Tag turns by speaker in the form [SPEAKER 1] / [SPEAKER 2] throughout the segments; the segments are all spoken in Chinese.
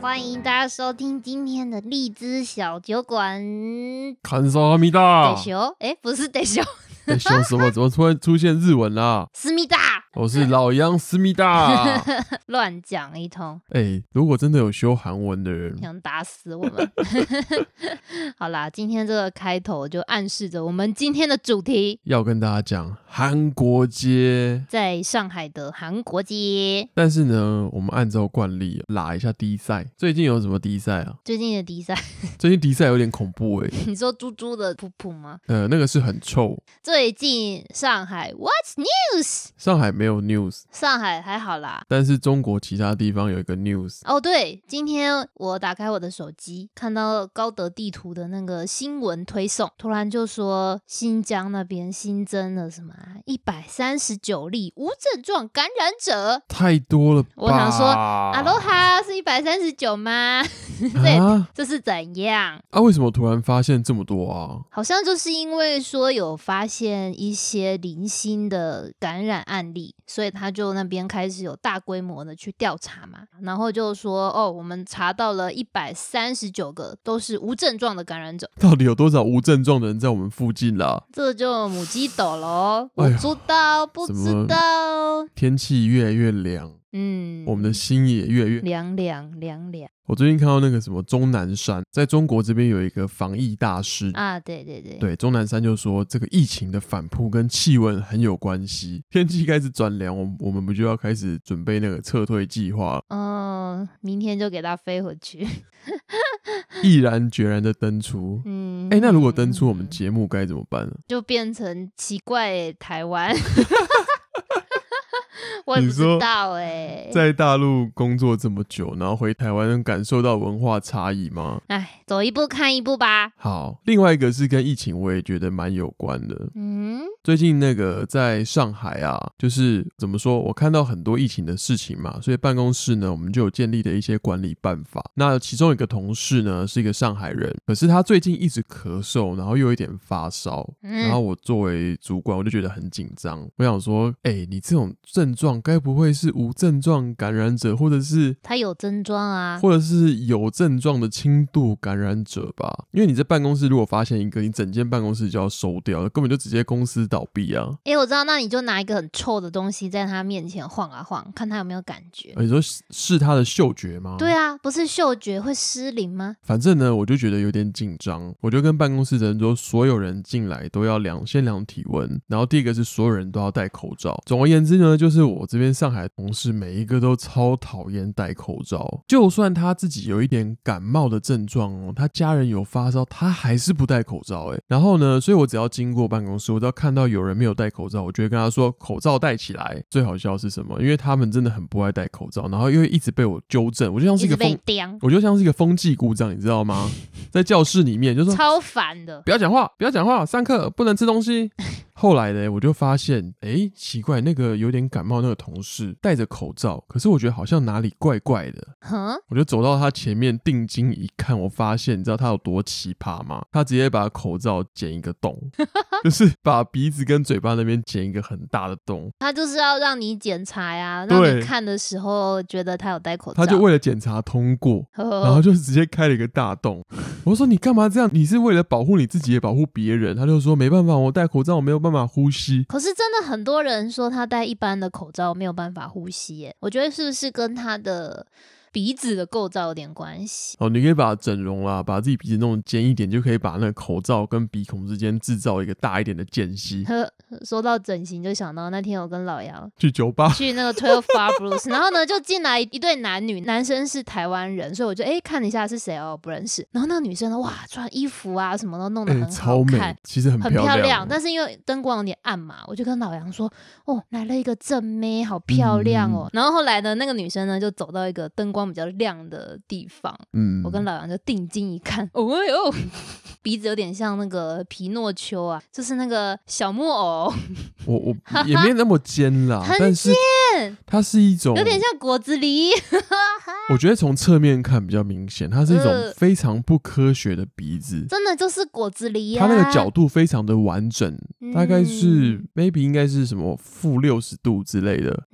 [SPEAKER 1] 欢迎大家收听今天的荔枝小酒馆。
[SPEAKER 2] 看上阿米
[SPEAKER 1] 得
[SPEAKER 2] 达，
[SPEAKER 1] 熊，哎，不是得 熊，
[SPEAKER 2] 在 凶什么？怎么突然出现日文啦？
[SPEAKER 1] 思密达，
[SPEAKER 2] 我是老杨思密达。
[SPEAKER 1] 乱讲一通，
[SPEAKER 2] 哎、如果真的有修韩文的 人，
[SPEAKER 1] 想打死我们。 好啦，今天这个开头就暗示着我们今天的主题，
[SPEAKER 2] 要跟大家讲韩国街。
[SPEAKER 1] 在上海的韩国街。
[SPEAKER 2] 但是呢，我们按照惯例拉一下低赛。最近有什么低赛啊？
[SPEAKER 1] 最近的比赛，
[SPEAKER 2] 最近低赛有点恐怖哎、
[SPEAKER 1] 你说猪猪的噗噗吗？
[SPEAKER 2] 呃，那个是很臭。
[SPEAKER 1] 最近上海 What's News？
[SPEAKER 2] 上海没有 news，
[SPEAKER 1] 上海还好啦。
[SPEAKER 2] 但是中国其他地方有一个 news。
[SPEAKER 1] 哦，对，今天我打开我的手机，看到高德地图的那个新闻推送，突然就说新疆那边新增了什么啊一百三十九例无症状感染者。
[SPEAKER 2] 太多了吧？
[SPEAKER 1] 我想说啊阿罗哈是一百三十九吗？ 对
[SPEAKER 2] 啊
[SPEAKER 1] 这是怎样？
[SPEAKER 2] 啊！为什么突然发现这么多啊？
[SPEAKER 1] 好像就是因为说有发现一些零星的感染案例，所以他就那边开始有大规模的去调查嘛，然后就说哦，我们查到了一百三十九个都是无症状的感染者，
[SPEAKER 2] 到底有多少无症状的人在我们附近啊啦、
[SPEAKER 1] 这就母鸡斗喽，
[SPEAKER 2] 哎
[SPEAKER 1] 不
[SPEAKER 2] 呀
[SPEAKER 1] 知道不
[SPEAKER 2] 怎
[SPEAKER 1] 知
[SPEAKER 2] 么
[SPEAKER 1] 道，
[SPEAKER 2] 天气越来越凉，
[SPEAKER 1] 嗯，
[SPEAKER 2] 我们的心也越来越……
[SPEAKER 1] 凉凉凉凉
[SPEAKER 2] 我最近看到那个什么钟南山，在中国这边有一个防疫大师。
[SPEAKER 1] 啊，对对对，
[SPEAKER 2] 嗯对，钟南山就说这个疫情的反扑跟气温很有关系，天气开始转凉，我们我们不就要开始准备那个撤退计划了？
[SPEAKER 1] 嗯，明天就给它飞回去，
[SPEAKER 2] 毅然决然的登出。
[SPEAKER 1] 嗯，
[SPEAKER 2] 哎，那如果登出我们节目该怎么办呢？
[SPEAKER 1] 就变成奇怪、台 湾。我也
[SPEAKER 2] 你
[SPEAKER 1] 不知
[SPEAKER 2] 说
[SPEAKER 1] 道哎、
[SPEAKER 2] 在大陆工作这么久，然后回台湾能感受到文化差异吗？
[SPEAKER 1] 哎，走一步看一步吧。
[SPEAKER 2] 好，另外一个是跟疫情，我也觉得蛮有关的。
[SPEAKER 1] 嗯，
[SPEAKER 2] 最近那个在上海啊，就是怎么说，我看到很多疫情的事情嘛，所以办公室呢，我们就有建立的一些管理办法。那其中一个同事呢是一个上海人，可是他最近一直咳嗽，然后又有一点发烧。
[SPEAKER 1] 嗯
[SPEAKER 2] 然后我作为主管，我就觉得很紧张。我想说，哎、你这种症状该不会是无症状感染者，或者是
[SPEAKER 1] 他有症状啊。
[SPEAKER 2] 或者是有症状的轻度感染者吧？因为你在办公室如果发现一个，你整间办公室就要收掉，根本就直接公司倒闭啊！
[SPEAKER 1] 哎、我知道，那你就拿一个很臭的东西在他面前晃啊晃，看他有没有感觉。
[SPEAKER 2] 你说是是他的嗅觉吗？
[SPEAKER 1] 对啊，不是嗅觉会失灵吗？
[SPEAKER 2] 反正呢，我就觉得有点紧张，我就跟办公室的人说，所有人进来都要量先量体温，然后第一个是所有人都要戴口罩。总而言之呢，就是我这边上海的同事每一个都超讨厌戴口罩，就算他自己有一点感冒的症状哦，他家人有发烧，他还是不戴口罩诶、然后呢，所以我只要经过办公室，我只要看到有人没有戴口罩，我就会跟他说口罩戴起来。最好笑的是什么？因为他们真的很不爱戴口罩，然后又一直被我纠正，我就像是
[SPEAKER 1] 一
[SPEAKER 2] 一
[SPEAKER 1] 直
[SPEAKER 2] 个
[SPEAKER 1] 被
[SPEAKER 2] 疯
[SPEAKER 1] 叼，
[SPEAKER 2] 我就像是一个风纪股长，你知道吗？在教室里面就说
[SPEAKER 1] 超烦 的。
[SPEAKER 2] 不要讲话，不要讲话，上课不能吃东西。后来呢，我就发现，诶，奇怪，那个有点感冒那个同事戴着口罩，可是我觉得好像哪里怪怪的。
[SPEAKER 1] 哼，
[SPEAKER 2] 我就走到他前面定睛一看，我发现，你知道他有多奇葩吗？他直接把口罩剪一个洞，就是把鼻子跟嘴巴那边剪一个很大的洞。
[SPEAKER 1] 他就是要让你检查呀、让你
[SPEAKER 2] 对
[SPEAKER 1] 看的时候觉得他有戴口罩。
[SPEAKER 2] 他就为了检查通过，
[SPEAKER 1] 呵
[SPEAKER 2] 然后
[SPEAKER 1] 呵，
[SPEAKER 2] 就直接开了一个大洞。我说你干嘛这样？你是为了保护你自己，也保护别人。他就说没办法，我戴口罩，我没有办法呼吸。
[SPEAKER 1] 可是真的很多人说他戴一般的口罩没有办法呼吸耶，我觉得是不是跟他的鼻子的构造有点关系？
[SPEAKER 2] 哦，你可以把它整容啦，把自己鼻子弄得尖一点，就可以把那个口罩跟鼻孔之间制造一个大一点的间隙。
[SPEAKER 1] 呵，说到整形就想到那天我跟老 姚
[SPEAKER 2] 去酒吧，
[SPEAKER 1] 去那个 Twelve Bar Blues，然后呢就进来一对男女，男生是台湾人，所以我就诶看了一下是谁哦，不认识。然后那个女生呢，哇，穿衣服啊什么都弄得
[SPEAKER 2] 哎、
[SPEAKER 1] 很好
[SPEAKER 2] 超
[SPEAKER 1] 看，
[SPEAKER 2] 美，其实很
[SPEAKER 1] 很漂
[SPEAKER 2] 亮。
[SPEAKER 1] 但是因为灯光有点暗嘛，我就跟老杨说：“哦，来了一个正妹，好漂亮
[SPEAKER 2] 嗯
[SPEAKER 1] 哦。然后后来呢，那个女生呢就走到一个灯光比较亮的地方，
[SPEAKER 2] 嗯
[SPEAKER 1] 我跟老杨就定睛一看，哦 哟，鼻子有点像那个皮诺
[SPEAKER 2] 哦
[SPEAKER 1] 丘啊，就是那个小木偶，
[SPEAKER 2] 我我也没那么尖啦，
[SPEAKER 1] 很
[SPEAKER 2] 但是
[SPEAKER 1] 面，
[SPEAKER 2] 它是一种
[SPEAKER 1] 有点像果子狸。
[SPEAKER 2] 我觉得从侧面看比较明显，它是一种
[SPEAKER 1] 呃
[SPEAKER 2] 非常不科学的鼻子，
[SPEAKER 1] 真的就是果子狸呀、
[SPEAKER 2] 它那个角度非常的完整，大概是
[SPEAKER 1] 嗯
[SPEAKER 2] maybe 应该是什么负六十度之类的。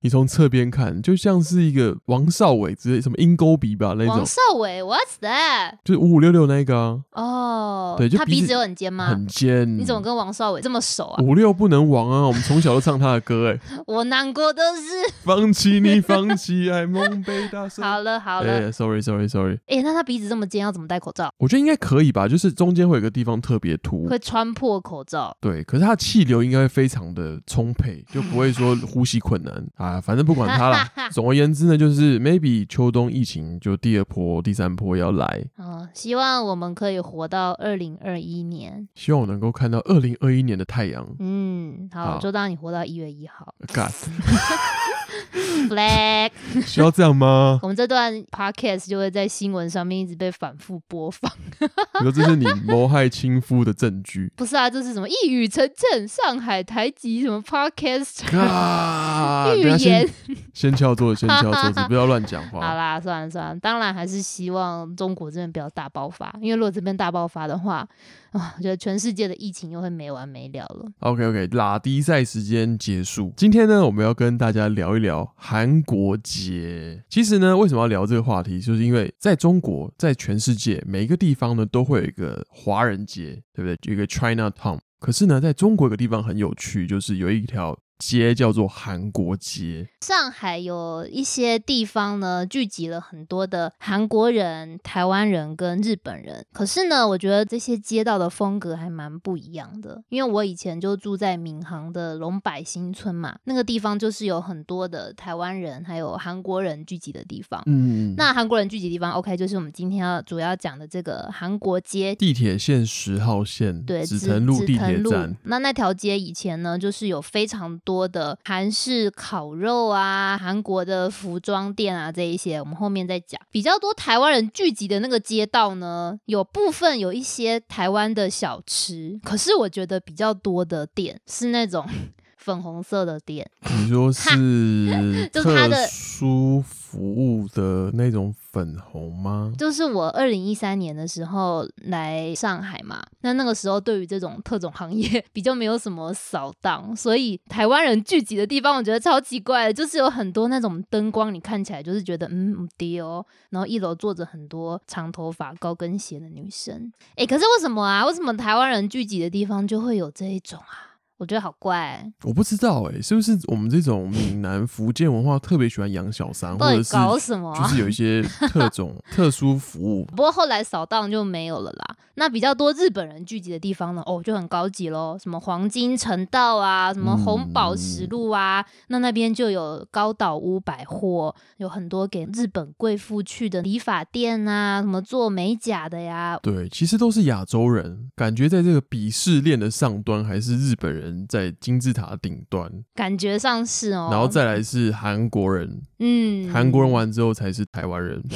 [SPEAKER 2] 你从侧边看，就像是一个王少伟之类什么鹰钩鼻吧那种
[SPEAKER 1] 王，少伟，What's that？
[SPEAKER 2] 就是五五六六那一个啊，
[SPEAKER 1] 哦，
[SPEAKER 2] 对就
[SPEAKER 1] 他
[SPEAKER 2] 鼻
[SPEAKER 1] 鼻
[SPEAKER 2] 子
[SPEAKER 1] 子有很尖吗？
[SPEAKER 2] 很嗯尖。
[SPEAKER 1] 你怎么跟王少伟这么熟啊？
[SPEAKER 2] 五六不能亡啊！我们从小都唱他的歌、哎，
[SPEAKER 1] 我难过的是，
[SPEAKER 2] 放弃你，放弃爱，梦被打碎。
[SPEAKER 1] 好了好了，
[SPEAKER 2] 哎，sorry，sorry，sorry，
[SPEAKER 1] 哎、那他鼻子这么尖，要怎么戴口罩？
[SPEAKER 2] 我觉得应该可以吧，就是中间会有个地方特别凸，
[SPEAKER 1] 会穿破口罩。
[SPEAKER 2] 对，可是它的气流应该会非常的充沛，就不会说呼吸困难啊。反正不管它啦。 总而言之呢，就是 maybe 秋冬疫情就第二波、第三波要来，
[SPEAKER 1] 嗯，希望我们可以活到二零二一年。
[SPEAKER 2] 希望我能够看到二零二一年的太阳。
[SPEAKER 1] 嗯，好，
[SPEAKER 2] 好
[SPEAKER 1] 就当你活到一月一号。
[SPEAKER 2] God，
[SPEAKER 1] Flag，
[SPEAKER 2] 需要这样吗？
[SPEAKER 1] 我们这段 podcast 就会在新闻上面一直被反复播放。
[SPEAKER 2] 你说这是你谋害亲夫的证 据
[SPEAKER 1] 不是啊，这是什么一语成谶，上海台籍什么 podcast。预
[SPEAKER 2] ？God，啊等
[SPEAKER 1] 言
[SPEAKER 2] 一下先先敲桌子，先敲桌子，不要乱讲
[SPEAKER 1] 好
[SPEAKER 2] 话。
[SPEAKER 1] 啦，算了算了，当然还是希望中国这边不要大爆发，因为如果这边大爆发的话，啊，我觉得全世界的疫情又会没完没了了。
[SPEAKER 2] OK OK，拉低赛时间结束。今天呢，我们要跟大家聊一聊韩国节。其实呢，为什么要聊这个话题，就是因为在中国，在全世界每一个地方呢，都会有一个华人节，对不对？有一个 China Town。可是呢，在中国有个地方很有趣，就是有一条街叫做韩国街。
[SPEAKER 1] 上海有一些地方呢，聚集了很多的韩国人、台湾人跟日本人。可是呢，我觉得这些街道的风格还蛮不一样的。因为我以前就住在闵行的龙柏新村嘛，那个地方就是有很多的台湾人还有韩国人聚集的地方。
[SPEAKER 2] 嗯，
[SPEAKER 1] 那韩国人聚集的地方，OK，就是我们今天要主要讲的这个韩国街
[SPEAKER 2] 地铁线十号线，
[SPEAKER 1] 对，
[SPEAKER 2] 紫
[SPEAKER 1] 紫
[SPEAKER 2] 藤路
[SPEAKER 1] 紫
[SPEAKER 2] 地铁
[SPEAKER 1] 藤路
[SPEAKER 2] 站。
[SPEAKER 1] 那那条街以前呢，就是有非常多的韩式烤肉啊、韩国的服装店啊这一些，我们后面再讲。比较多台湾人聚集的那个街道呢，有部分有一些台湾的小吃，可是我觉得比较多的店是那种 粉红色的店，
[SPEAKER 2] 你 说是
[SPEAKER 1] 就是它
[SPEAKER 2] 特
[SPEAKER 1] 的
[SPEAKER 2] 殊服务的那种粉红吗？
[SPEAKER 1] 就是我二零一三年的时候来上海嘛，那那个时候对于这种特种行业比较没有什么扫荡，所以台湾人聚集的地方，我觉得超奇怪的，就是有很多那种灯光，你看起来就是觉得嗯唔对哦，然后一楼坐着很多长头发、高跟鞋的女生，诶，可是为什么啊？为什么台湾人聚集的地方就会有这一种啊？我觉得好怪、
[SPEAKER 2] 我不知道哎、是不是我们这种闽南、福建文化特别喜欢养小三，或
[SPEAKER 1] 到
[SPEAKER 2] 者
[SPEAKER 1] 底
[SPEAKER 2] 是
[SPEAKER 1] 搞什么、
[SPEAKER 2] 就
[SPEAKER 1] 啊？
[SPEAKER 2] 是有一些特种、特殊服务？
[SPEAKER 1] 不过后来扫荡就没有了啦。那比较多日本人聚集的地方呢，哦，就很高级喽，什么黄金城道啊，什么红宝
[SPEAKER 2] 嗯
[SPEAKER 1] 石路啊，那那边就有高岛屋百货，有很多给日本贵妇去的理发店啊，什么做美甲的呀。
[SPEAKER 2] 对，其实都是亚洲人，感觉在这个鄙视链的上端，还是日本人在金字塔顶端，
[SPEAKER 1] 感觉上是哦，
[SPEAKER 2] 然后再来是韩国人，
[SPEAKER 1] 嗯，
[SPEAKER 2] 韩国人完之后才是台湾人。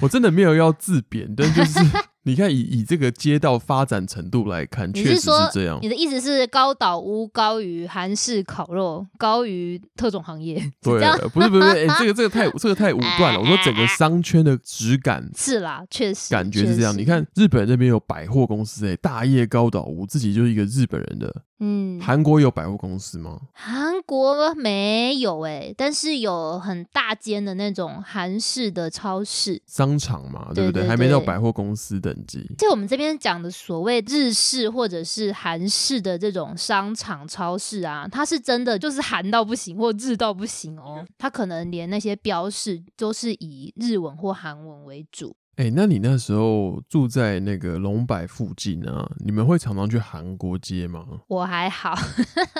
[SPEAKER 2] 我真的没有要自贬，但 就是你看以以这个街道发展程度来看，
[SPEAKER 1] 你
[SPEAKER 2] 确
[SPEAKER 1] 是
[SPEAKER 2] 实是
[SPEAKER 1] 说
[SPEAKER 2] 这样
[SPEAKER 1] 你。的意思是高岛屋高于韩式烤肉，高于特种行业，是这
[SPEAKER 2] 对
[SPEAKER 1] 样，
[SPEAKER 2] 不是不是，不是哎，这个这 个太这个太武断了。我说整个商圈的质感
[SPEAKER 1] 是啦，确实
[SPEAKER 2] 感觉是这样。
[SPEAKER 1] 确实
[SPEAKER 2] 你看日本那边有百货公司、哎，大叶高岛屋自己就是一个日本人的。
[SPEAKER 1] 嗯，
[SPEAKER 2] 韩国有百货公司吗？
[SPEAKER 1] 韩国没有诶、但是有很大间的那种韩式的超市。
[SPEAKER 2] 商场嘛，
[SPEAKER 1] 对
[SPEAKER 2] 对不
[SPEAKER 1] 对
[SPEAKER 2] 还没到
[SPEAKER 1] 对
[SPEAKER 2] 百货公司等级。
[SPEAKER 1] 在我们这边讲的所谓日式或者是韩式的这种商场超市啊，它是真的就是韩到不行或日到不行哦，它可能连那些标示都是以日文或韩文为主。
[SPEAKER 2] 哎、那你那时候住在那个龙柏附近啊？你们会常常去韩国街吗？
[SPEAKER 1] 我还好，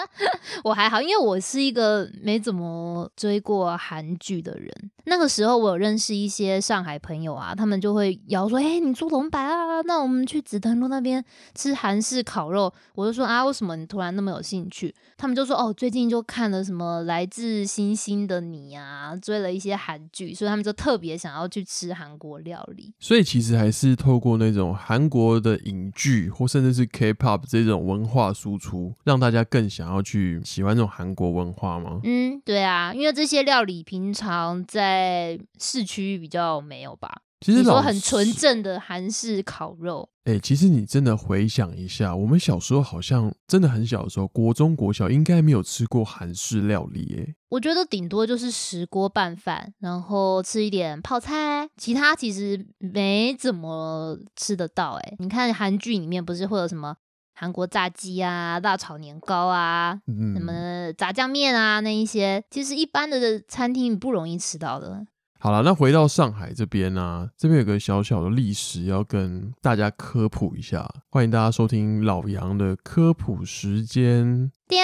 [SPEAKER 1] 我还好，因为我是一个没怎么追过韩剧的人。那个时候，我有认识一些上海朋友啊，他们就会邀说：“哎、你住龙柏啊，那我们去紫藤路那边吃韩式烤肉。”我就说：“啊，为什么你突然那么有兴趣？”他们就说：“哦，最近就看了什么《来自星星的你》啊，追了一些韩剧，所以他们就特别想要去吃韩国料理。”理。
[SPEAKER 2] 所以其实还是透过那种韩国的影剧或甚至是 K-pop 这种文化输出，让大家更想要去喜欢这种韩国文化吗？
[SPEAKER 1] 嗯，对啊，因为这些料理平常在市区比较没有吧。
[SPEAKER 2] 其实
[SPEAKER 1] 你
[SPEAKER 2] 老
[SPEAKER 1] 说
[SPEAKER 2] 实
[SPEAKER 1] 很纯正的韩式烤肉，
[SPEAKER 2] 哎、其实你真的回想一下，我们小时候好像真的很小的时候，国中、国小应该没有吃过韩式料理、欸，
[SPEAKER 1] 我觉得顶多就是石锅拌饭，然后吃一点泡菜，其他其实没怎么吃得到、欸。哎，你看韩剧里面不是会有什么韩国炸鸡啊、辣炒年糕啊、什
[SPEAKER 2] 嗯，
[SPEAKER 1] 么炸酱面啊那一些，其实一般的餐厅不容易吃到的。
[SPEAKER 2] 好了，那回到上海这边啊，这边有个小小的历史要跟大家科普一下，欢迎大家收听老杨的科普时间。
[SPEAKER 1] 叮，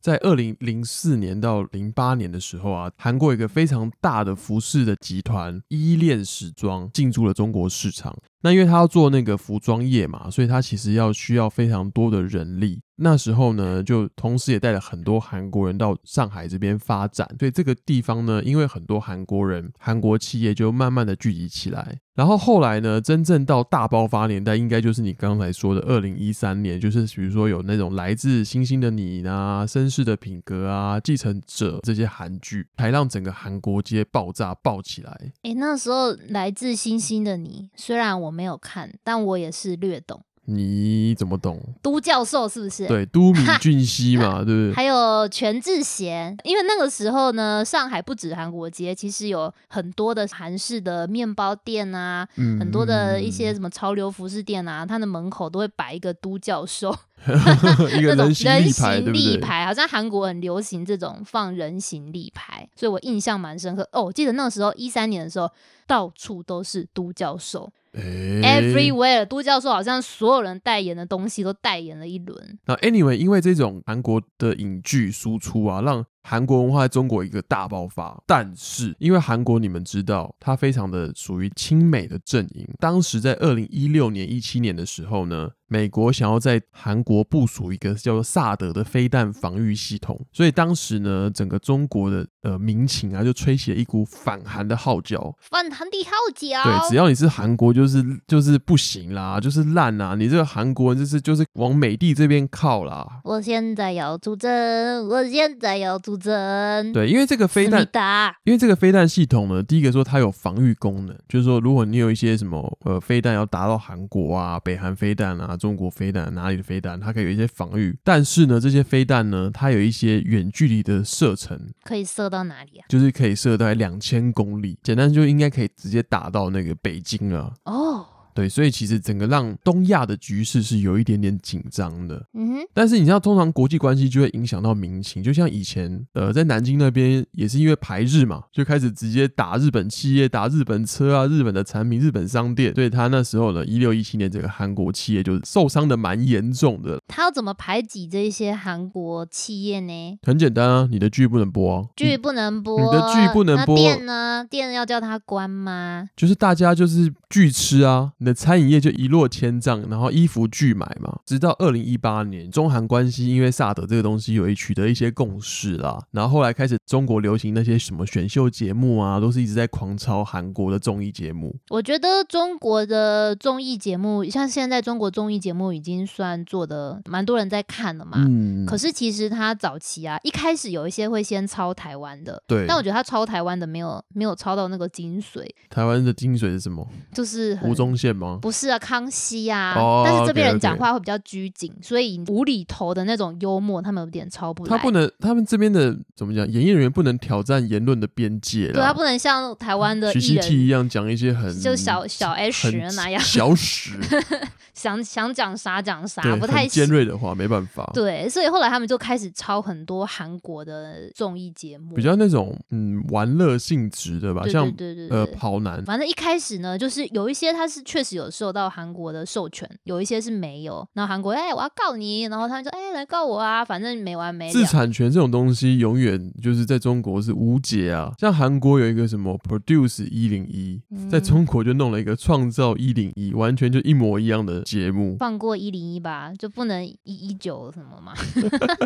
[SPEAKER 2] 在二零零四年到零八年的时候啊，韩国有一个非常大的服饰的集团依恋时装进驻了中国市场。那因为他要做那个服装业嘛，所以他其实要需要非常多的人力。那时候呢，就同时也带了很多韩国人到上海这边发展，所以这个地方呢，因为很多韩国人，韩国企业就慢慢的聚集起来。然后后来呢，真正到大爆发年代，应该就是你刚才说的二零一三年，就是比如说有那种来自星星的你啊、绅士的品格啊、继承者这些韩剧，才让整个韩国街爆炸爆起来。
[SPEAKER 1] 诶、那时候来自星星的你，虽然我没有看，但我也是略懂。
[SPEAKER 2] 你怎么懂？
[SPEAKER 1] 都教授是不是？
[SPEAKER 2] 对，都敏俊 熙嘛，对不对？
[SPEAKER 1] 还有全智贤，因为那个时候呢，上海不止韩国街，其实有很多的韩式的面包店啊，
[SPEAKER 2] 嗯
[SPEAKER 1] 很多的一些什么潮流服饰店啊，它的门口都会摆一个都教授
[SPEAKER 2] 嗯 一个
[SPEAKER 1] 那种
[SPEAKER 2] 人形立牌，
[SPEAKER 1] 形
[SPEAKER 2] 对不
[SPEAKER 1] 立
[SPEAKER 2] 对？
[SPEAKER 1] 牌，好像韩国很流行这种放人形立牌，所以我印象蛮深刻。哦，我记得那时候一三年的时候，到处都是都教授、
[SPEAKER 2] 哎
[SPEAKER 1] e v e r y w h e r e 都教授好像所有人代言的东西都代言了一轮。
[SPEAKER 2] 那 anyway，因为这种韩国的影剧输出啊，让韩国文化在中国一个大爆发。但是，因为韩国你们知道，它非常的属于亲美的阵营。当时在二零一六年、一七年的时候呢，美国想要在韩国部署一个叫做萨德的飞弹防御系统，所以当时呢，整个中国的呃民情啊，就吹起了一股反韩的号角。
[SPEAKER 1] 反弹的号角，
[SPEAKER 2] 对，只要你是韩国，就是就是不行啦，就是烂啦，你这个韩国人就是就是往美帝这边靠啦。
[SPEAKER 1] 我现在要出征，我现在要出征。，
[SPEAKER 2] 对，因为这个飞弹，
[SPEAKER 1] 达，
[SPEAKER 2] 因为这个飞弹系统呢，第一个说它有防御功能，就是说如果你有一些什么呃飞弹要打到韩国啊、北韩飞弹啊、中国飞弹、哪里的飞弹，它可以有一些防御。但是呢，这些飞弹呢，它有一些远距离的射程，
[SPEAKER 1] 可以射到哪里啊？
[SPEAKER 2] 就是可以射大概两千公里，简单就应该可以直接打到那个北京了。
[SPEAKER 1] 哦，
[SPEAKER 2] 对，所以其实整个让东亚的局势是有一点点紧张的。
[SPEAKER 1] 嗯哼，
[SPEAKER 2] 但是你知道，通常国际关系就会影响到民情，就像以前呃，在南京那边也是因为排日嘛，就开始直接打日本企业、打日本车啊、日本的产品、日本商店，所以他那时候呢，一六一七年整个韩国企业就受伤的蛮严重的。
[SPEAKER 1] 他要怎么排挤这些韩国企业呢？
[SPEAKER 2] 很简单啊，你的剧不能播、啊，
[SPEAKER 1] 剧不能播，
[SPEAKER 2] 你的剧不能播
[SPEAKER 1] 那店呢？店要叫他关吗？
[SPEAKER 2] 就是大家就是巨吃啊，你的餐饮业就一落千丈，然后衣服巨买嘛。直到二零一八年，中韩关系因为萨德这个东西有一取得一些共识啦，然后后来开始中国流行那些什么选秀节目啊，都是一直在狂抄韩国的综艺节目。
[SPEAKER 1] 我觉得中国的综艺节目，像现在中国综艺节目已经算做的蛮多人在看了嘛。
[SPEAKER 2] 嗯，
[SPEAKER 1] 可
[SPEAKER 2] 是
[SPEAKER 1] 是其实他早期啊，一开始有一些会先抄台湾的，
[SPEAKER 2] 对，
[SPEAKER 1] 但我觉得他抄台湾的没有没有抄到那个精髓，
[SPEAKER 2] 台湾的精髓是什么？
[SPEAKER 1] 就是很
[SPEAKER 2] 吴宗宪吗？
[SPEAKER 1] 不是啊，康熙啊，
[SPEAKER 2] 哦
[SPEAKER 1] 但是这边
[SPEAKER 2] OK，OK
[SPEAKER 1] 人讲话会比较拘谨，所以无厘头的那种幽默，他们有点超不来。
[SPEAKER 2] 他不能，他们这边的怎么讲？演艺人员不能挑战言论的边界
[SPEAKER 1] 对他啊
[SPEAKER 2] 啦。
[SPEAKER 1] 不能像台湾的
[SPEAKER 2] 徐
[SPEAKER 1] 艺
[SPEAKER 2] 熙娣
[SPEAKER 1] 人，
[SPEAKER 2] 一样讲一些很
[SPEAKER 1] 就小小 S
[SPEAKER 2] 很
[SPEAKER 1] 那样，
[SPEAKER 2] 小史，
[SPEAKER 1] 想想讲啥讲啥，
[SPEAKER 2] 对，
[SPEAKER 1] 不
[SPEAKER 2] 很
[SPEAKER 1] 太
[SPEAKER 2] 尖
[SPEAKER 1] 行。
[SPEAKER 2] 锐的话没办法。
[SPEAKER 1] 对，所以后来他们就开始抄很多韩国的综艺节目，
[SPEAKER 2] 比较那种嗯玩乐性质的吧，
[SPEAKER 1] 对
[SPEAKER 2] 像
[SPEAKER 1] 对对对
[SPEAKER 2] 呃
[SPEAKER 1] 对
[SPEAKER 2] 跑男，
[SPEAKER 1] 反正一开始呢，就是有一些它是确实有受到韩国的授权，有一些是没有。然后韩国哎、我要告你，然后他们就哎、来告我啊，反正没完没
[SPEAKER 2] 自
[SPEAKER 1] 了。
[SPEAKER 2] 产权这种东西永远就是在中国是无解啊。像韩国有一个什么 Produce 一零一，在
[SPEAKER 1] 嗯
[SPEAKER 2] 中国就弄了一个创造一零一，完全就一模一样的节目。
[SPEAKER 1] 放过一零一吧，就不能一一九什么嘛。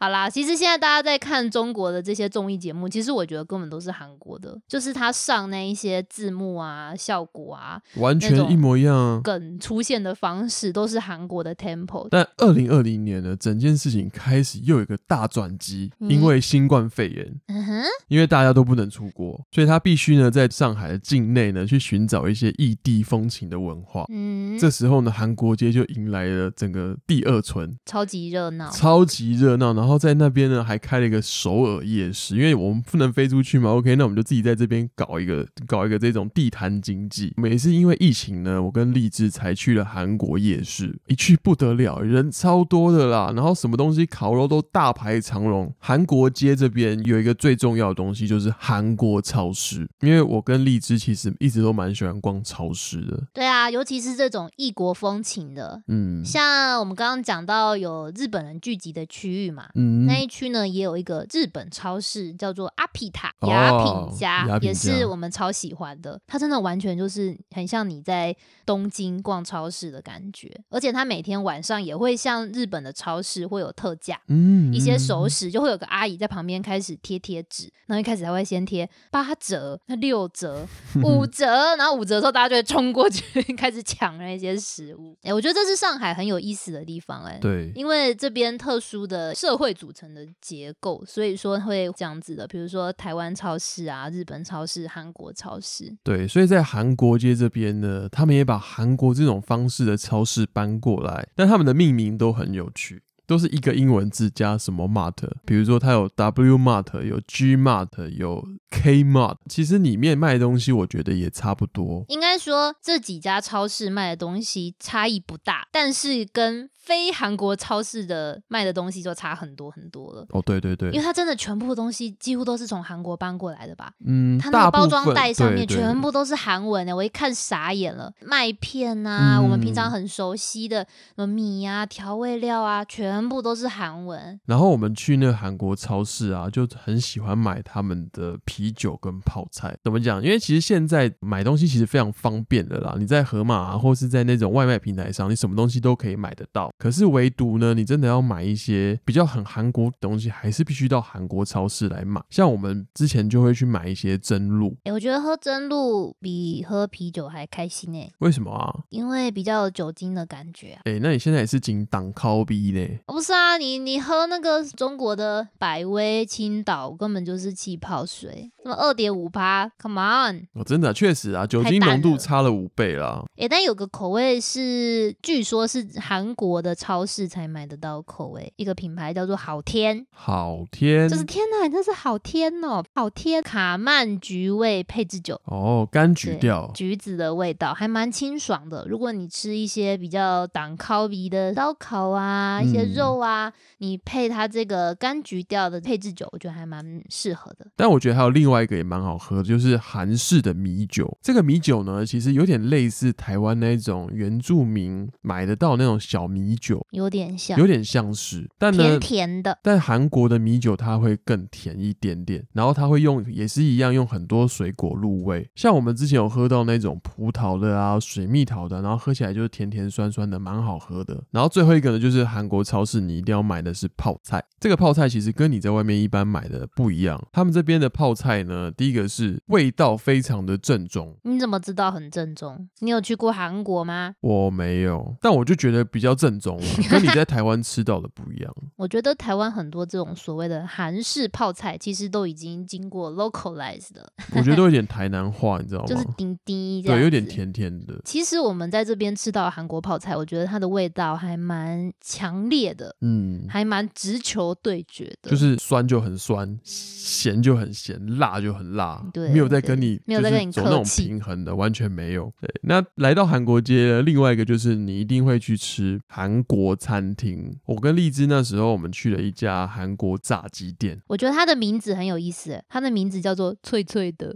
[SPEAKER 1] 好啦，其实现在大家在看中国的这些综艺节目，其实我觉得根本都是韩国的，就是他上那一些字幕啊、效果啊、
[SPEAKER 2] 完
[SPEAKER 1] 那
[SPEAKER 2] 全
[SPEAKER 1] 种
[SPEAKER 2] 一模一样啊。
[SPEAKER 1] 梗出现的方式，都是韩国的 tempo。
[SPEAKER 2] 但二零二零年呢，整件事情开始又有一个大转机，
[SPEAKER 1] 嗯
[SPEAKER 2] 因为新冠肺炎，
[SPEAKER 1] 嗯哼，
[SPEAKER 2] 因为大家都不能出国，所以他必须呢在上海的境内呢去寻找一些异地风情的文化。
[SPEAKER 1] 嗯，
[SPEAKER 2] 这时候呢，韩国街就迎来了整个第二春，
[SPEAKER 1] 超级热闹。
[SPEAKER 2] 超级热闹。然后在那边呢，还开了一个首尔夜市，因为我们不能飞出去嘛。OK，那我们就自己在这边搞一个搞一个这种地摊经济。每次因为疫情呢，我跟励志才去了韩国夜市，一去不得了，人超多的啦。然后什么东西烤肉都大排长龙。韩国街这边有一个最重要的东西就是韩国超市，因为我跟荔枝其实一直都蛮喜欢逛超市的。
[SPEAKER 1] 对啊，尤其是这种异国风情的，
[SPEAKER 2] 嗯
[SPEAKER 1] 像我们刚刚讲到有日本人聚集的区域嘛，
[SPEAKER 2] 嗯
[SPEAKER 1] 那一区呢也有一个日本超市，叫做阿皮塔
[SPEAKER 2] 哦
[SPEAKER 1] 雅品家，
[SPEAKER 2] 雅品
[SPEAKER 1] 也
[SPEAKER 2] 家
[SPEAKER 1] 是我们超喜欢的。它真的完全就是很像你在东京逛超市的感觉，而且它每天晚上也会像日本的超市会有特价。
[SPEAKER 2] 嗯
[SPEAKER 1] 一些
[SPEAKER 2] 嗯
[SPEAKER 1] 熟食就会有个阿姨在旁边开始贴贴纸，然后一开始还会先贴八折、那六 折、五折，然后五折的时候大家就会冲过去 开始抢那些食物。哎、我觉得这是上海很有意思的地方、哎，
[SPEAKER 2] 对，
[SPEAKER 1] 因为这边特殊的社会组成的结构，所以说会这样子的，比如说台湾超市啊、日本超市、韩国超市，
[SPEAKER 2] 对，所以在韩国街这边呢，他们也把韩国这种方式的超市搬过来，但他们的命名都很有趣。都是一个英文字加什么 mart，比如说它有 W mart，有 G mart，有 K mart，其实里面卖的东西我觉得也差不多。
[SPEAKER 1] 应该说这几家超市卖的东西差异不大，但是跟非韩国超市的卖的东西就差很多很多了。
[SPEAKER 2] 哦，对对
[SPEAKER 1] 因
[SPEAKER 2] 对
[SPEAKER 1] 为，它真的全部的东西几乎都是从韩国搬过来的吧？
[SPEAKER 2] 嗯，
[SPEAKER 1] 它那
[SPEAKER 2] 大
[SPEAKER 1] 个包
[SPEAKER 2] 部
[SPEAKER 1] 装
[SPEAKER 2] 分
[SPEAKER 1] 袋上
[SPEAKER 2] 对
[SPEAKER 1] 面
[SPEAKER 2] 对
[SPEAKER 1] 全部都是韩文的，我一看傻眼了。麦片啊，我们平
[SPEAKER 2] 嗯
[SPEAKER 1] 常很熟悉的什么米啊、调味料啊，全部都是韩文。
[SPEAKER 2] 然后我们去那个韩国超市啊，就很喜欢买他们的啤酒跟泡菜。怎么讲？因为其实现在买东西其实非常方便的啦，你在盒马啊，或是在那种外卖平台上，你什么东西都可以买得到。可是唯独呢，你真的要买一些比较很韩国的东西，还是必须到韩国超市来买。像我们之前就会去买一些蒸露，
[SPEAKER 1] 诶我觉得喝真露比喝啤酒还开心诶、
[SPEAKER 2] 为什么啊？
[SPEAKER 1] 因为比较有酒精的感觉啊。
[SPEAKER 2] 哎，那你现在也是紧挡靠逼呢？
[SPEAKER 1] 哦不是啊，你你喝那个中国的百威、青岛根本就是气泡水，什么二点五趴，Come on！
[SPEAKER 2] 哦，真的啊、确实啊，酒
[SPEAKER 1] 太
[SPEAKER 2] 精
[SPEAKER 1] 淡
[SPEAKER 2] 浓度
[SPEAKER 1] 了
[SPEAKER 2] 差了五倍啦。
[SPEAKER 1] 诶，但有个口味是，据说是韩国的超市才买得到口味，一个品牌叫做好天，
[SPEAKER 2] 好天，
[SPEAKER 1] 就是天哪，这是好天哦，好天卡曼橘味配置酒。
[SPEAKER 2] 哦，柑橘
[SPEAKER 1] 对
[SPEAKER 2] 调，
[SPEAKER 1] 橘子的味道还蛮清爽的。如果你吃一些比较挡烤鼻的烧烤啊，一些
[SPEAKER 2] 嗯
[SPEAKER 1] 肉啊，你配它这个柑橘调的配置酒，我觉得还蛮适合的。
[SPEAKER 2] 但我觉得还有另外一个也蛮好喝的，就是韩式的米酒。这个米酒呢，其实有点类似台湾那种原住民买得到那种小米酒，
[SPEAKER 1] 有点像
[SPEAKER 2] 有点像是，但呢
[SPEAKER 1] 甜。甜的，
[SPEAKER 2] 但韩国的米酒它会更甜一点点，然后它会用也是一样用很多水果入味，像我们之前有喝到那种葡萄的啊、水蜜桃的，然后喝起来就是甜甜酸酸的，蛮好喝的。然后最后一个呢，就是韩国超市你一定要买的是泡菜，这个泡菜其实跟你在外面一般买的不一样，他们这边的泡菜呢，第一个是味道非常的正宗。
[SPEAKER 1] 你怎么知道很正宗？你有去过韩国吗？
[SPEAKER 2] 我没有，但我就觉得比较正宗 了，跟你在台湾吃到的不一样。
[SPEAKER 1] 我觉得台湾很多这种所谓的韩式泡菜，其实都已经经过 localize 了，
[SPEAKER 2] 我觉得有点台南话，你知道吗？
[SPEAKER 1] 就是丁丁这样
[SPEAKER 2] 哦对，有点
[SPEAKER 1] 子。
[SPEAKER 2] 甜甜的。
[SPEAKER 1] 其实我们在这边吃到的韩国泡菜，我觉得它的味道还蛮强烈的，
[SPEAKER 2] 嗯，
[SPEAKER 1] 还蛮直球对决的，
[SPEAKER 2] 就是酸就很酸，咸就很咸，辣就很辣，
[SPEAKER 1] 对
[SPEAKER 2] 没有在跟你
[SPEAKER 1] 对没有在
[SPEAKER 2] 就是
[SPEAKER 1] 跟你
[SPEAKER 2] 走那种
[SPEAKER 1] 客气
[SPEAKER 2] 平衡的，完全没有。对，那来到韩国街呢，另外一个就是你一定会去吃韩国餐厅。我跟荔枝那时候我们去了一家韩国炸鸡店，
[SPEAKER 1] 我觉得它的名字很有意思，它的名字叫做“脆脆的。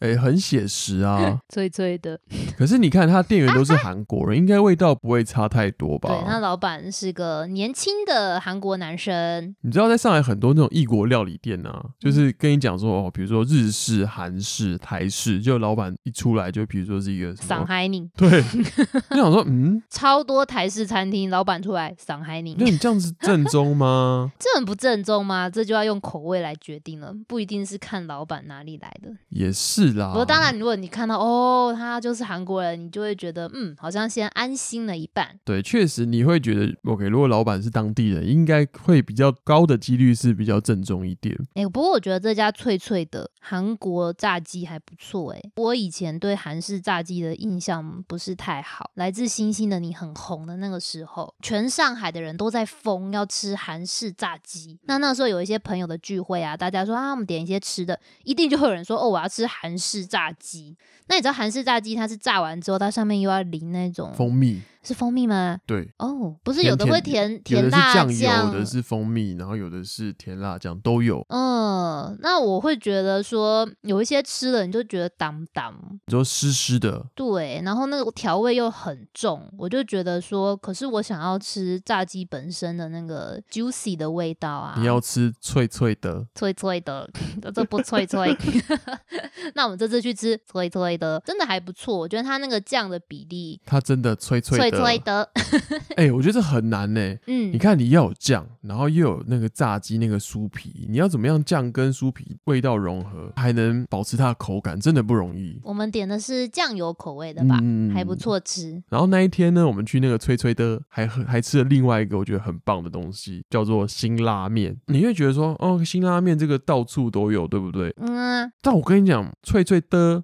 [SPEAKER 2] 哎、很写实啊
[SPEAKER 1] 脆脆的”，
[SPEAKER 2] 可是你看，它店员都是韩国人，应该味道不会差太多
[SPEAKER 1] 对，那
[SPEAKER 2] 吧？
[SPEAKER 1] 老板是个年轻的韩国男生，
[SPEAKER 2] 你知道，在上海很多那种异国料理店啊，就是
[SPEAKER 1] 嗯
[SPEAKER 2] 跟你讲说哦，比如说日式、韩式、台式，就老板一出来就比如说是一个什
[SPEAKER 1] 上
[SPEAKER 2] 么
[SPEAKER 1] 海宁，
[SPEAKER 2] 对，就想说，嗯，
[SPEAKER 1] 超多台式餐厅老板出来上海宁
[SPEAKER 2] 那，你这样子正宗吗？
[SPEAKER 1] 这很不正宗吗？这就要用口味来决定了，不一定是看老板哪里来的。
[SPEAKER 2] 也是啦。
[SPEAKER 1] 不过当，然，如果你看到哦，他就是韩国人，你就会觉得嗯，好像先安心了一半。
[SPEAKER 2] 对，确实你会觉得，OK，如果老板是当地人，应该会比较高的几率是比较正宗一点。
[SPEAKER 1] 哎、不过我觉得这家脆脆的韩国炸鸡还不错哎、我以前对韩式炸鸡的印象不是太好，来自星星的你很红的那个时候，全上海的人都在疯要吃韩式炸鸡。那那时候有一些朋友的聚会啊，大家说啊，我们点一些吃的，一定就会有人说哦，我要吃韩式炸鸡。那你知道韩式炸鸡它是炸完之后，它上面又要淋那种
[SPEAKER 2] 蜂蜜，
[SPEAKER 1] 是蜂蜜吗？
[SPEAKER 2] 对，
[SPEAKER 1] 哦，不是
[SPEAKER 2] 甜
[SPEAKER 1] 有的会
[SPEAKER 2] 甜
[SPEAKER 1] 甜
[SPEAKER 2] 有的
[SPEAKER 1] 甜
[SPEAKER 2] 是
[SPEAKER 1] 辣
[SPEAKER 2] 酱油，有的是蜂蜜，然后有的是甜辣酱，都有。
[SPEAKER 1] 嗯，那我会觉得说有一些吃了你就觉得挡挡，
[SPEAKER 2] 你说湿湿的，
[SPEAKER 1] 对，然后那个调味又很重，我就觉得说，可是我想要吃炸鸡本身的那个 juicy 的味道啊，
[SPEAKER 2] 你要吃脆脆的，
[SPEAKER 1] 脆脆的， 这不脆脆。 那我们这次去吃脆脆的，真的还不错，我觉得它那个酱的比例
[SPEAKER 2] 它真的脆脆
[SPEAKER 1] 脆
[SPEAKER 2] 的。
[SPEAKER 1] 脆 的，
[SPEAKER 2] 哎、我觉得这很难呢、你
[SPEAKER 1] 嗯，
[SPEAKER 2] 看，你要有酱，然后又有那个炸鸡那个酥皮，你要怎么样酱跟酥皮味道融合，还能保持它的口感，真的不容易。
[SPEAKER 1] 我们点的是酱油口味的吧，
[SPEAKER 2] 嗯
[SPEAKER 1] 还不。错吃。
[SPEAKER 2] 然后那一天呢，我们去那个脆脆的，还喝还吃了另外一个我觉得很棒的东西，叫做辛拉面。你会觉得说，哦，辛拉面这个到处都有，对不对？
[SPEAKER 1] 嗯啊，
[SPEAKER 2] 但我跟你讲，脆脆的，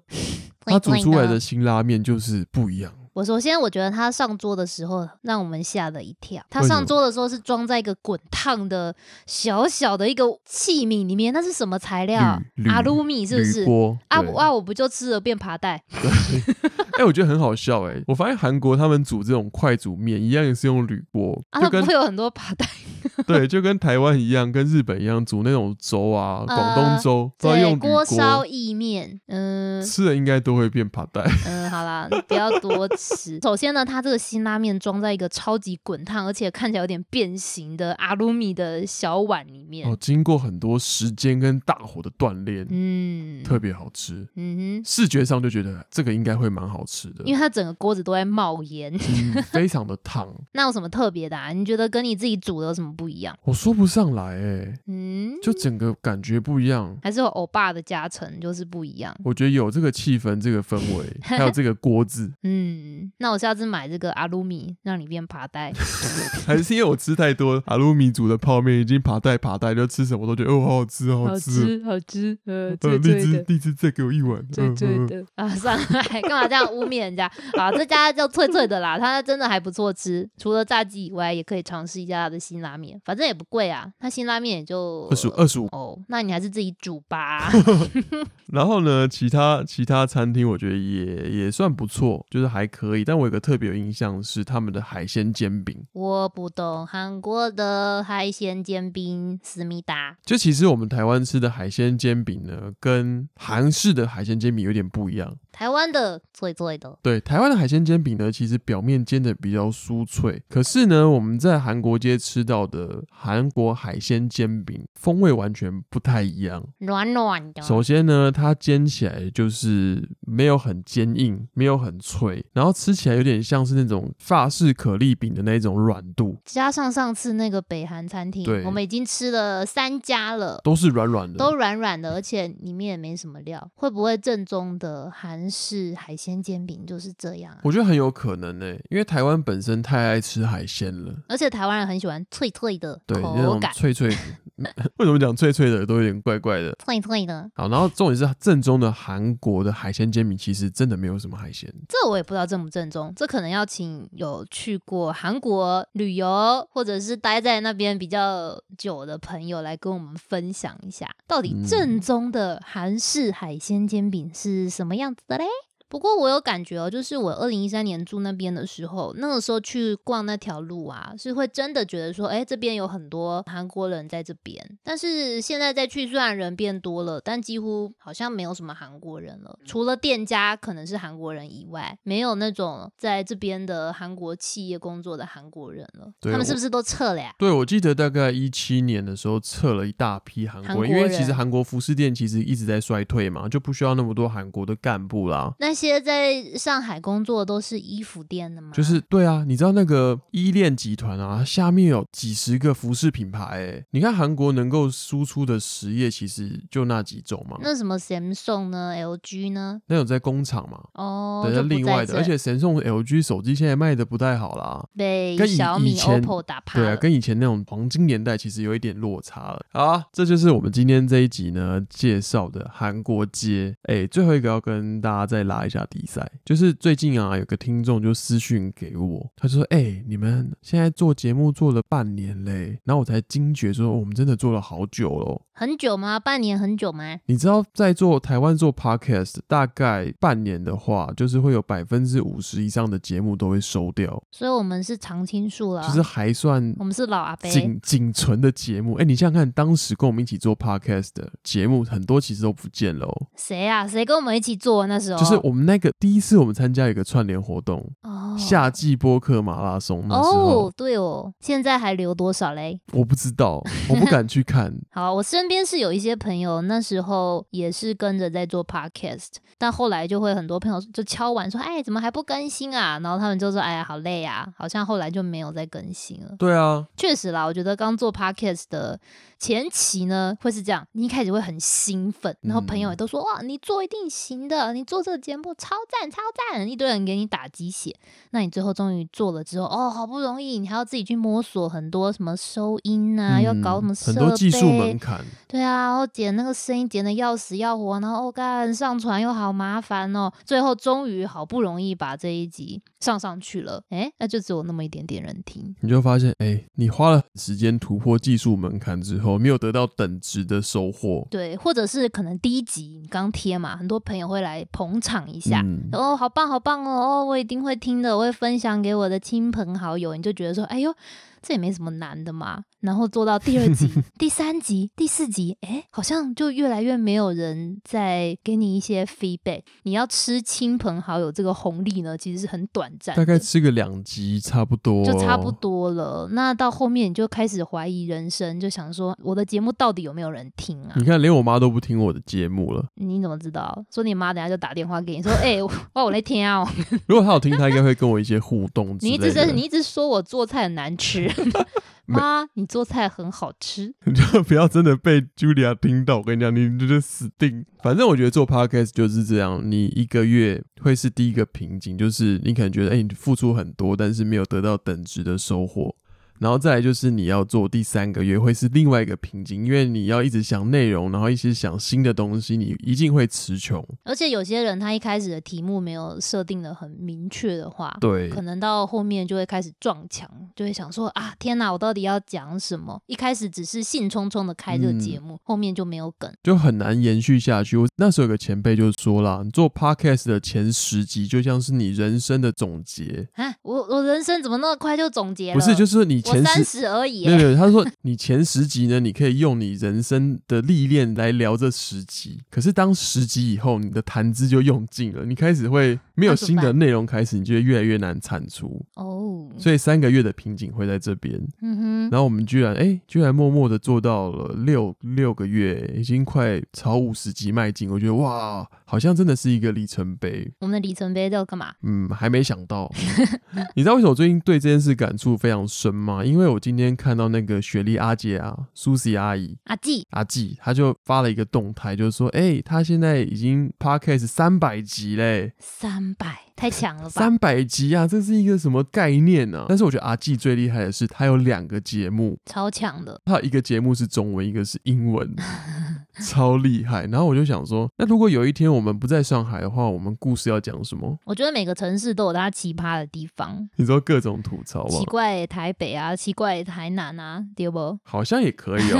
[SPEAKER 2] 它煮
[SPEAKER 1] 脆脆
[SPEAKER 2] 出来的辛拉面就是不一样。
[SPEAKER 1] 我首先我觉得他上桌的时候让我们吓了一跳。他
[SPEAKER 2] 为什
[SPEAKER 1] 上
[SPEAKER 2] 么
[SPEAKER 1] 桌的时候是装在一个滚烫的小小的一个器皿里面，那是什么材料啊
[SPEAKER 2] 铝铝？
[SPEAKER 1] 阿鲁米是不
[SPEAKER 2] 铝
[SPEAKER 1] 是？
[SPEAKER 2] 锅
[SPEAKER 1] 啊
[SPEAKER 2] 对
[SPEAKER 1] 我啊！我不就吃了变爬带？
[SPEAKER 2] 哎、我觉得很好笑哎、我发现韩国他们煮这种快煮面一样也是用铝锅，
[SPEAKER 1] 啊，
[SPEAKER 2] 就
[SPEAKER 1] 它
[SPEAKER 2] 跟
[SPEAKER 1] 不会有很多爬带，
[SPEAKER 2] 对，就跟台湾一样，跟日本一样煮那种粥啊，广东粥都要用
[SPEAKER 1] 呃对，
[SPEAKER 2] 铝
[SPEAKER 1] 锅
[SPEAKER 2] 锅，
[SPEAKER 1] 烧意面，嗯
[SPEAKER 2] 吃了应该都会变帕带。
[SPEAKER 1] 嗯，好啦，不要多吃。首先呢，它这个辛拉面装在一个超级滚烫，而且看起来有点变形的阿鲁米的小碗里面，
[SPEAKER 2] 哦，经过很多时间跟大火的锻炼，
[SPEAKER 1] 嗯
[SPEAKER 2] 特别好吃。
[SPEAKER 1] 嗯哼，
[SPEAKER 2] 视觉上就觉得这个应该会蛮好吃的，
[SPEAKER 1] 因为它整个锅子都在冒烟。
[SPEAKER 2] 嗯非常的烫，
[SPEAKER 1] 那有什么特别的、啊？你觉得跟你自己煮的有什么不一样？
[SPEAKER 2] 我说不上来哎、
[SPEAKER 1] 嗯，
[SPEAKER 2] 就整个感觉不一样。
[SPEAKER 1] 还是有欧巴的加成，就是不一样。
[SPEAKER 2] 我觉得有这个气氛，这个氛围，还有这个锅子，
[SPEAKER 1] 嗯，那我下次买这个阿鲁米，让你变爬 带。
[SPEAKER 2] 还是因为我吃太多阿鲁米煮的泡面，已经爬带爬带，就吃什么都觉得哦，好好吃，好好吃哦。，
[SPEAKER 1] 好吃，呃，
[SPEAKER 2] 呃，荔枝，荔枝再给我一碗。嗯嗯嗯
[SPEAKER 1] 的 啊！算了，哎干嘛这样污蔑人家？啊，这家叫脆脆的啦，它真的还不错吃。除了炸鸡以外，也可以尝试一下它的辛拉面，反正也不贵啊。它辛拉面也就
[SPEAKER 2] 二十五，二十五。
[SPEAKER 1] 哦，那你还是自己煮吧。
[SPEAKER 2] 然后呢，其他其他餐厅我觉得也也算不错，就是还可以。但我有个特别有印象是他们的海鲜煎饼。
[SPEAKER 1] 我不懂韩国的海鲜煎饼，思密达。
[SPEAKER 2] 就其实我们台湾吃的海鲜煎饼呢，跟韩式的海鲜煎饼有点不一样。
[SPEAKER 1] 台湾的脆脆的，
[SPEAKER 2] 对，台湾的海鲜煎饼呢，其实表面煎的比较酥脆，可是呢，我们在韩国街吃到的韩国海鲜煎饼风味完全不太一样。
[SPEAKER 1] 软软的，
[SPEAKER 2] 首先呢，它煎起来就是没有很坚硬，没有很脆，然后吃起来有点像是那种法式可丽饼的那种软度，
[SPEAKER 1] 加上上次那个北韩餐
[SPEAKER 2] 对
[SPEAKER 1] 厅，我们已经吃了三家了。
[SPEAKER 2] 都是软软的。
[SPEAKER 1] 都软软的，而且里面也没什么料。会不会正宗的韩式海鲜煎饼就是这样啊？
[SPEAKER 2] 我觉得很有可能呢、因为台湾本身太爱吃海鲜了，
[SPEAKER 1] 而且台湾人很喜欢脆脆的
[SPEAKER 2] 对那
[SPEAKER 1] 口
[SPEAKER 2] 种
[SPEAKER 1] 感，
[SPEAKER 2] 脆脆为什么讲脆脆的都有点怪怪的？
[SPEAKER 1] 脆脆的，
[SPEAKER 2] 好，然后重点是正宗的韩国的海鲜煎饼，其实真的没有什么海鲜。
[SPEAKER 1] 这我也不知道正不正宗，这可能要请有去过韩国旅游或者是待在那边比较久的朋友来跟我们分享一下，到底
[SPEAKER 2] 嗯
[SPEAKER 1] 正宗的韩式海鲜煎饼是什么样子的嘞？不过我有感觉哦，就是我二零一三年住那边的时候，那个时候去逛那条路啊，是会真的觉得说，哎，这边有很多韩国人在这边。但是现在再去，虽然人变多了，但几乎好像没有什么韩国人了，
[SPEAKER 2] 嗯
[SPEAKER 1] 除了店家可能是韩国人以外，没有那种在这边的韩国企业工作的韩国人了。
[SPEAKER 2] 对
[SPEAKER 1] 他们
[SPEAKER 2] 我
[SPEAKER 1] 是不是都撤了呀？
[SPEAKER 2] 对，我记得大概一七年的时候撤了一大批韩
[SPEAKER 1] 韩
[SPEAKER 2] 国
[SPEAKER 1] 国
[SPEAKER 2] 人，因为其实
[SPEAKER 1] 人
[SPEAKER 2] 韩国服饰店其实一直在衰退嘛，就不需要那么多韩国的干部啦。
[SPEAKER 1] 那些在上海工作都是衣服店的吗？
[SPEAKER 2] 就是对啊，你知道那个依恋集团啊，它下面有几十个服饰品牌、欸，你看韩国能够输出的实业其实就那几种嘛，
[SPEAKER 1] 那什么 Samsung 呢，LG 呢？
[SPEAKER 2] 那有在工厂嘛，
[SPEAKER 1] 哦，
[SPEAKER 2] 对，
[SPEAKER 1] 就
[SPEAKER 2] 那
[SPEAKER 1] 不
[SPEAKER 2] 另
[SPEAKER 1] 在
[SPEAKER 2] 外的，
[SPEAKER 1] 这
[SPEAKER 2] 而且神送 LG 手机现在卖的不太好啦，
[SPEAKER 1] 被
[SPEAKER 2] 跟以
[SPEAKER 1] 小
[SPEAKER 2] 以
[SPEAKER 1] 米、
[SPEAKER 2] 前
[SPEAKER 1] OPPO 打趴
[SPEAKER 2] 对啊，
[SPEAKER 1] 了。
[SPEAKER 2] 跟以前那种黄金年代其实有一点落差了。好啊，这就是我们今天这一集呢介绍的韩国街。哎，最后一个要跟大家再拉一下比赛，就是最近啊有个听众就私讯给我，他就说：“哎，你们现在做节目做了半年嘞。”然后我才惊觉说，我们真的做了好久了。
[SPEAKER 1] 很久吗？半年很久吗？
[SPEAKER 2] 你知道，在做台湾做 podcast 大概半年的话，就是会有百分之五十以上的节目都会收掉，
[SPEAKER 1] 所以我们是常青树了，
[SPEAKER 2] 就是还算
[SPEAKER 1] 啊我们是老阿伯。
[SPEAKER 2] 仅仅存的节目，哎、你想想看，当时跟我们一起做 podcast 的节目很多其实都不见了、哦，
[SPEAKER 1] 谁啊？谁跟我们一起做那时候？
[SPEAKER 2] 就是我们那个第一次我们参加一个串联活动，
[SPEAKER 1] 哦
[SPEAKER 2] 夏季播客马拉松那时候，
[SPEAKER 1] 哦，对哦，现在还留多少嘞？
[SPEAKER 2] 我不知 道，我不敢去看，
[SPEAKER 1] 好，我身边是有一些朋友，那时候也是跟着在做 podcast，但后来就会很多朋友就敲碗说：“哎，怎么还不更新啊？”然后他们就说：“哎呀，好累啊！”好像后来就没有再更新了。
[SPEAKER 2] 对啊，
[SPEAKER 1] 确实啦，我觉得刚做 podcast 的前期呢，会是这样，你一开始会很兴奋，然后朋
[SPEAKER 2] 嗯
[SPEAKER 1] 友也都说、哇，你做一定行的，你做这个节目超赞超赞，一堆人给你打鸡血。那你最后终于做了之后，哦，好不容易，你还要自己去摸索很多什么收音啊，要搞什么
[SPEAKER 2] 嗯
[SPEAKER 1] 设
[SPEAKER 2] 很
[SPEAKER 1] 备，
[SPEAKER 2] 多技术门槛，
[SPEAKER 1] 对啊，然后剪那个声音剪的要死要活，然后哦干上传又好麻烦哦，最后终于好不容易把这一集上上去了，诶，那就只有那么一点点人听。
[SPEAKER 2] 你就发现，哎、你花了时间突破技术门槛之后，没有得到等值的收获，
[SPEAKER 1] 对，或者是可能第一集你刚贴嘛，很多朋友会来捧场一下。
[SPEAKER 2] 嗯
[SPEAKER 1] 哦，好棒，好棒哦！哦，我一定会听的，我会分享给我的亲朋好友。你就觉得说，哎呦，这也没什么难的嘛。然后做到第二 集、第三集、第四集，哎，好像就越来越没有人在给你一些 feedback。你要吃亲朋好友这个红利呢，其实是很短暂的，
[SPEAKER 2] 大概吃个两集差不多，哦
[SPEAKER 1] 就差不。多了。那到后面你就开始怀疑人生，就想说，我的节目到底有没有人听啊？
[SPEAKER 2] 你看，连我妈都不听我的节目了。
[SPEAKER 1] 你怎么知道？说你妈等下就打电话给你说，哎、我哇，我来听 啊、哦！
[SPEAKER 2] 如果他有听，他应该会跟我一些互动之
[SPEAKER 1] 你
[SPEAKER 2] 类
[SPEAKER 1] 一
[SPEAKER 2] 的。
[SPEAKER 1] 直在，你一直说我做菜很难吃， 妈，你做菜很好吃。
[SPEAKER 2] 你就 不要真的被 Julia 听到，我跟你讲，你就是死定。反正我觉得做 podcast 就是这样，你一个月会是第一个瓶颈，就是你可能觉得，哎、你付出很多，但是没有得到等值的收获。然后再来就是你要做第三个月会是另外一个瓶颈，因为你要一直想内容，然后一直想新的东西，你一定会词穷。
[SPEAKER 1] 而且有些人他一开始的题目没有设定的很明确的话，
[SPEAKER 2] 对，
[SPEAKER 1] 可能到后面就会开始撞墙，就会想说啊，天哪，我到底要讲什么？一开始只是兴冲冲的开
[SPEAKER 2] 嗯
[SPEAKER 1] 这个节目，后面就没有梗。
[SPEAKER 2] 就很难延续下去。我那时候有个前辈就说啦，你做 podcast 的前十集就像是你人生的总结，
[SPEAKER 1] 啊，我我人生怎么那么快就总结了？
[SPEAKER 2] 不是，就是你
[SPEAKER 1] 我
[SPEAKER 2] 前
[SPEAKER 1] 三
[SPEAKER 2] 十。
[SPEAKER 1] 十而已、
[SPEAKER 2] 没有 没有，他说你前十集呢，你可以用你人生的历练来聊这十集。可是当十集以后，你的谈资就用尽了，你开始会没有
[SPEAKER 1] 那怎么
[SPEAKER 2] 新的
[SPEAKER 1] 办
[SPEAKER 2] 内容，开始你就会越来越难产出。
[SPEAKER 1] 哦，
[SPEAKER 2] 所以三个月的瓶颈会在这边。
[SPEAKER 1] 嗯哼，
[SPEAKER 2] 然后我们居然哎、居然默默的做到了六六个月，已经快朝五十集迈进。我觉得哇，好像真的是一个里程碑。
[SPEAKER 1] 我们的里程碑要干嘛？
[SPEAKER 2] 嗯，还没想到。 你知道为什么我最近对这件事感触非常深吗？因为我今天看到那个雪莉阿姐啊，苏西阿姨。
[SPEAKER 1] 阿纪，
[SPEAKER 2] 阿纪，她就发了一个动态，就是说，哎、她现在已经 podcast 三百集嘞，
[SPEAKER 1] 三三百，太强了吧？
[SPEAKER 2] 三百集啊，这是一个什么概念啊？但是我觉得阿纪最厉害的是，他有两个节目，
[SPEAKER 1] 超强的，
[SPEAKER 2] 他有一个节目是中文，一个是英文，超厉害。然后我就想说，那如果有一天我们不在上海的话，我们故事要讲什么？
[SPEAKER 1] 我觉得每个城市都有它奇葩的地方，
[SPEAKER 2] 你说各种吐槽
[SPEAKER 1] 奇
[SPEAKER 2] 吧，
[SPEAKER 1] 怪的台北啊，奇怪的台南啊，对不？
[SPEAKER 2] 好像也可 以哦。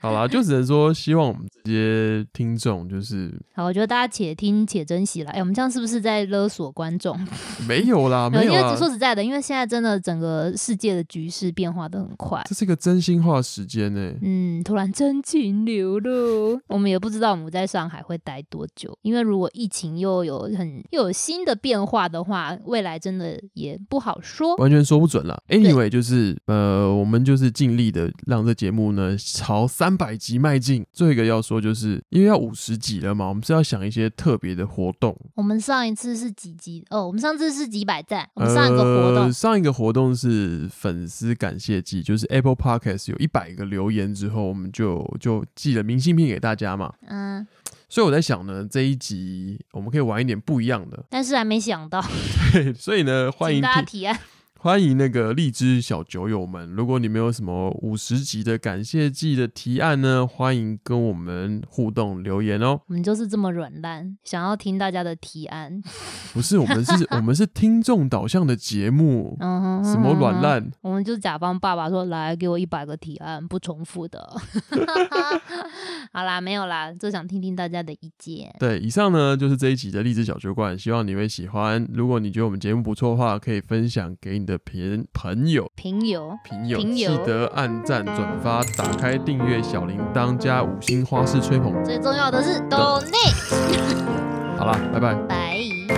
[SPEAKER 2] 好啦，就只能说希望我们这些听 众就是
[SPEAKER 1] 好，我觉得大家且听且珍惜啦。哎、我们这样是不是在勒索观众？
[SPEAKER 2] 没有啦，啊没
[SPEAKER 1] 嗯 因
[SPEAKER 2] 有啊
[SPEAKER 1] 为
[SPEAKER 2] 啦
[SPEAKER 1] 说。实在的，因为现在真的整个世界的局势变化的很快。
[SPEAKER 2] 这是一个真心话时间呢、
[SPEAKER 1] 嗯，突然真情流露，我们也不知道我们在上海会待多久，因为如果疫情又有很又有新的变化的话，未来真的也不好说。
[SPEAKER 2] 完全说不准啦。Anyway，就是呃，我们就是尽力的让这节目呢朝三百集迈进。最后一个要说，就是因为要五十集了嘛，我们是要想一些特别的活动。
[SPEAKER 1] 我们上一次是几集？哦，我们上次是几百赞，我们上一个活动
[SPEAKER 2] 呃，上一个活动是粉丝感谢季，就是 Apple Podcast 有一百个留言之后，我们就就寄了明信片给大家嘛。
[SPEAKER 1] 嗯，
[SPEAKER 2] 所以我在想呢，这一集我们可以玩一点不一样的。
[SPEAKER 1] 但是还没想到，
[SPEAKER 2] 对，所以呢，欢
[SPEAKER 1] 请
[SPEAKER 2] 迎
[SPEAKER 1] 大家
[SPEAKER 2] 听
[SPEAKER 1] 提案。
[SPEAKER 2] 欢迎那个荔枝小酒友们，如果你们有什么五十集的感谢季的提案呢，欢迎跟我们互动留言哦。
[SPEAKER 1] 我们就是这么软烂，想要听大家的提案。
[SPEAKER 2] 不是，我们是 我们是听众导向的节目，
[SPEAKER 1] 嗯哼，
[SPEAKER 2] 什么
[SPEAKER 1] 嗯
[SPEAKER 2] 软
[SPEAKER 1] 哼？
[SPEAKER 2] 烂？
[SPEAKER 1] 我们就甲方爸爸说来给我一百个提案，不重复的。 好啦，没有啦，就想听听大家的意见。
[SPEAKER 2] 对，以上呢就是这一集的荔枝小酒馆，希望你会喜欢。如果你觉得我们节目不错的话，可以分享给你的朋朋友。
[SPEAKER 1] 平友，
[SPEAKER 2] 朋友
[SPEAKER 1] 朋
[SPEAKER 2] 记
[SPEAKER 1] 友
[SPEAKER 2] 得按赞、转发、打开订阅小铃铛加五星花式吹捧。
[SPEAKER 1] 最重要的是 d o
[SPEAKER 2] 好啦，拜拜。
[SPEAKER 1] 拜。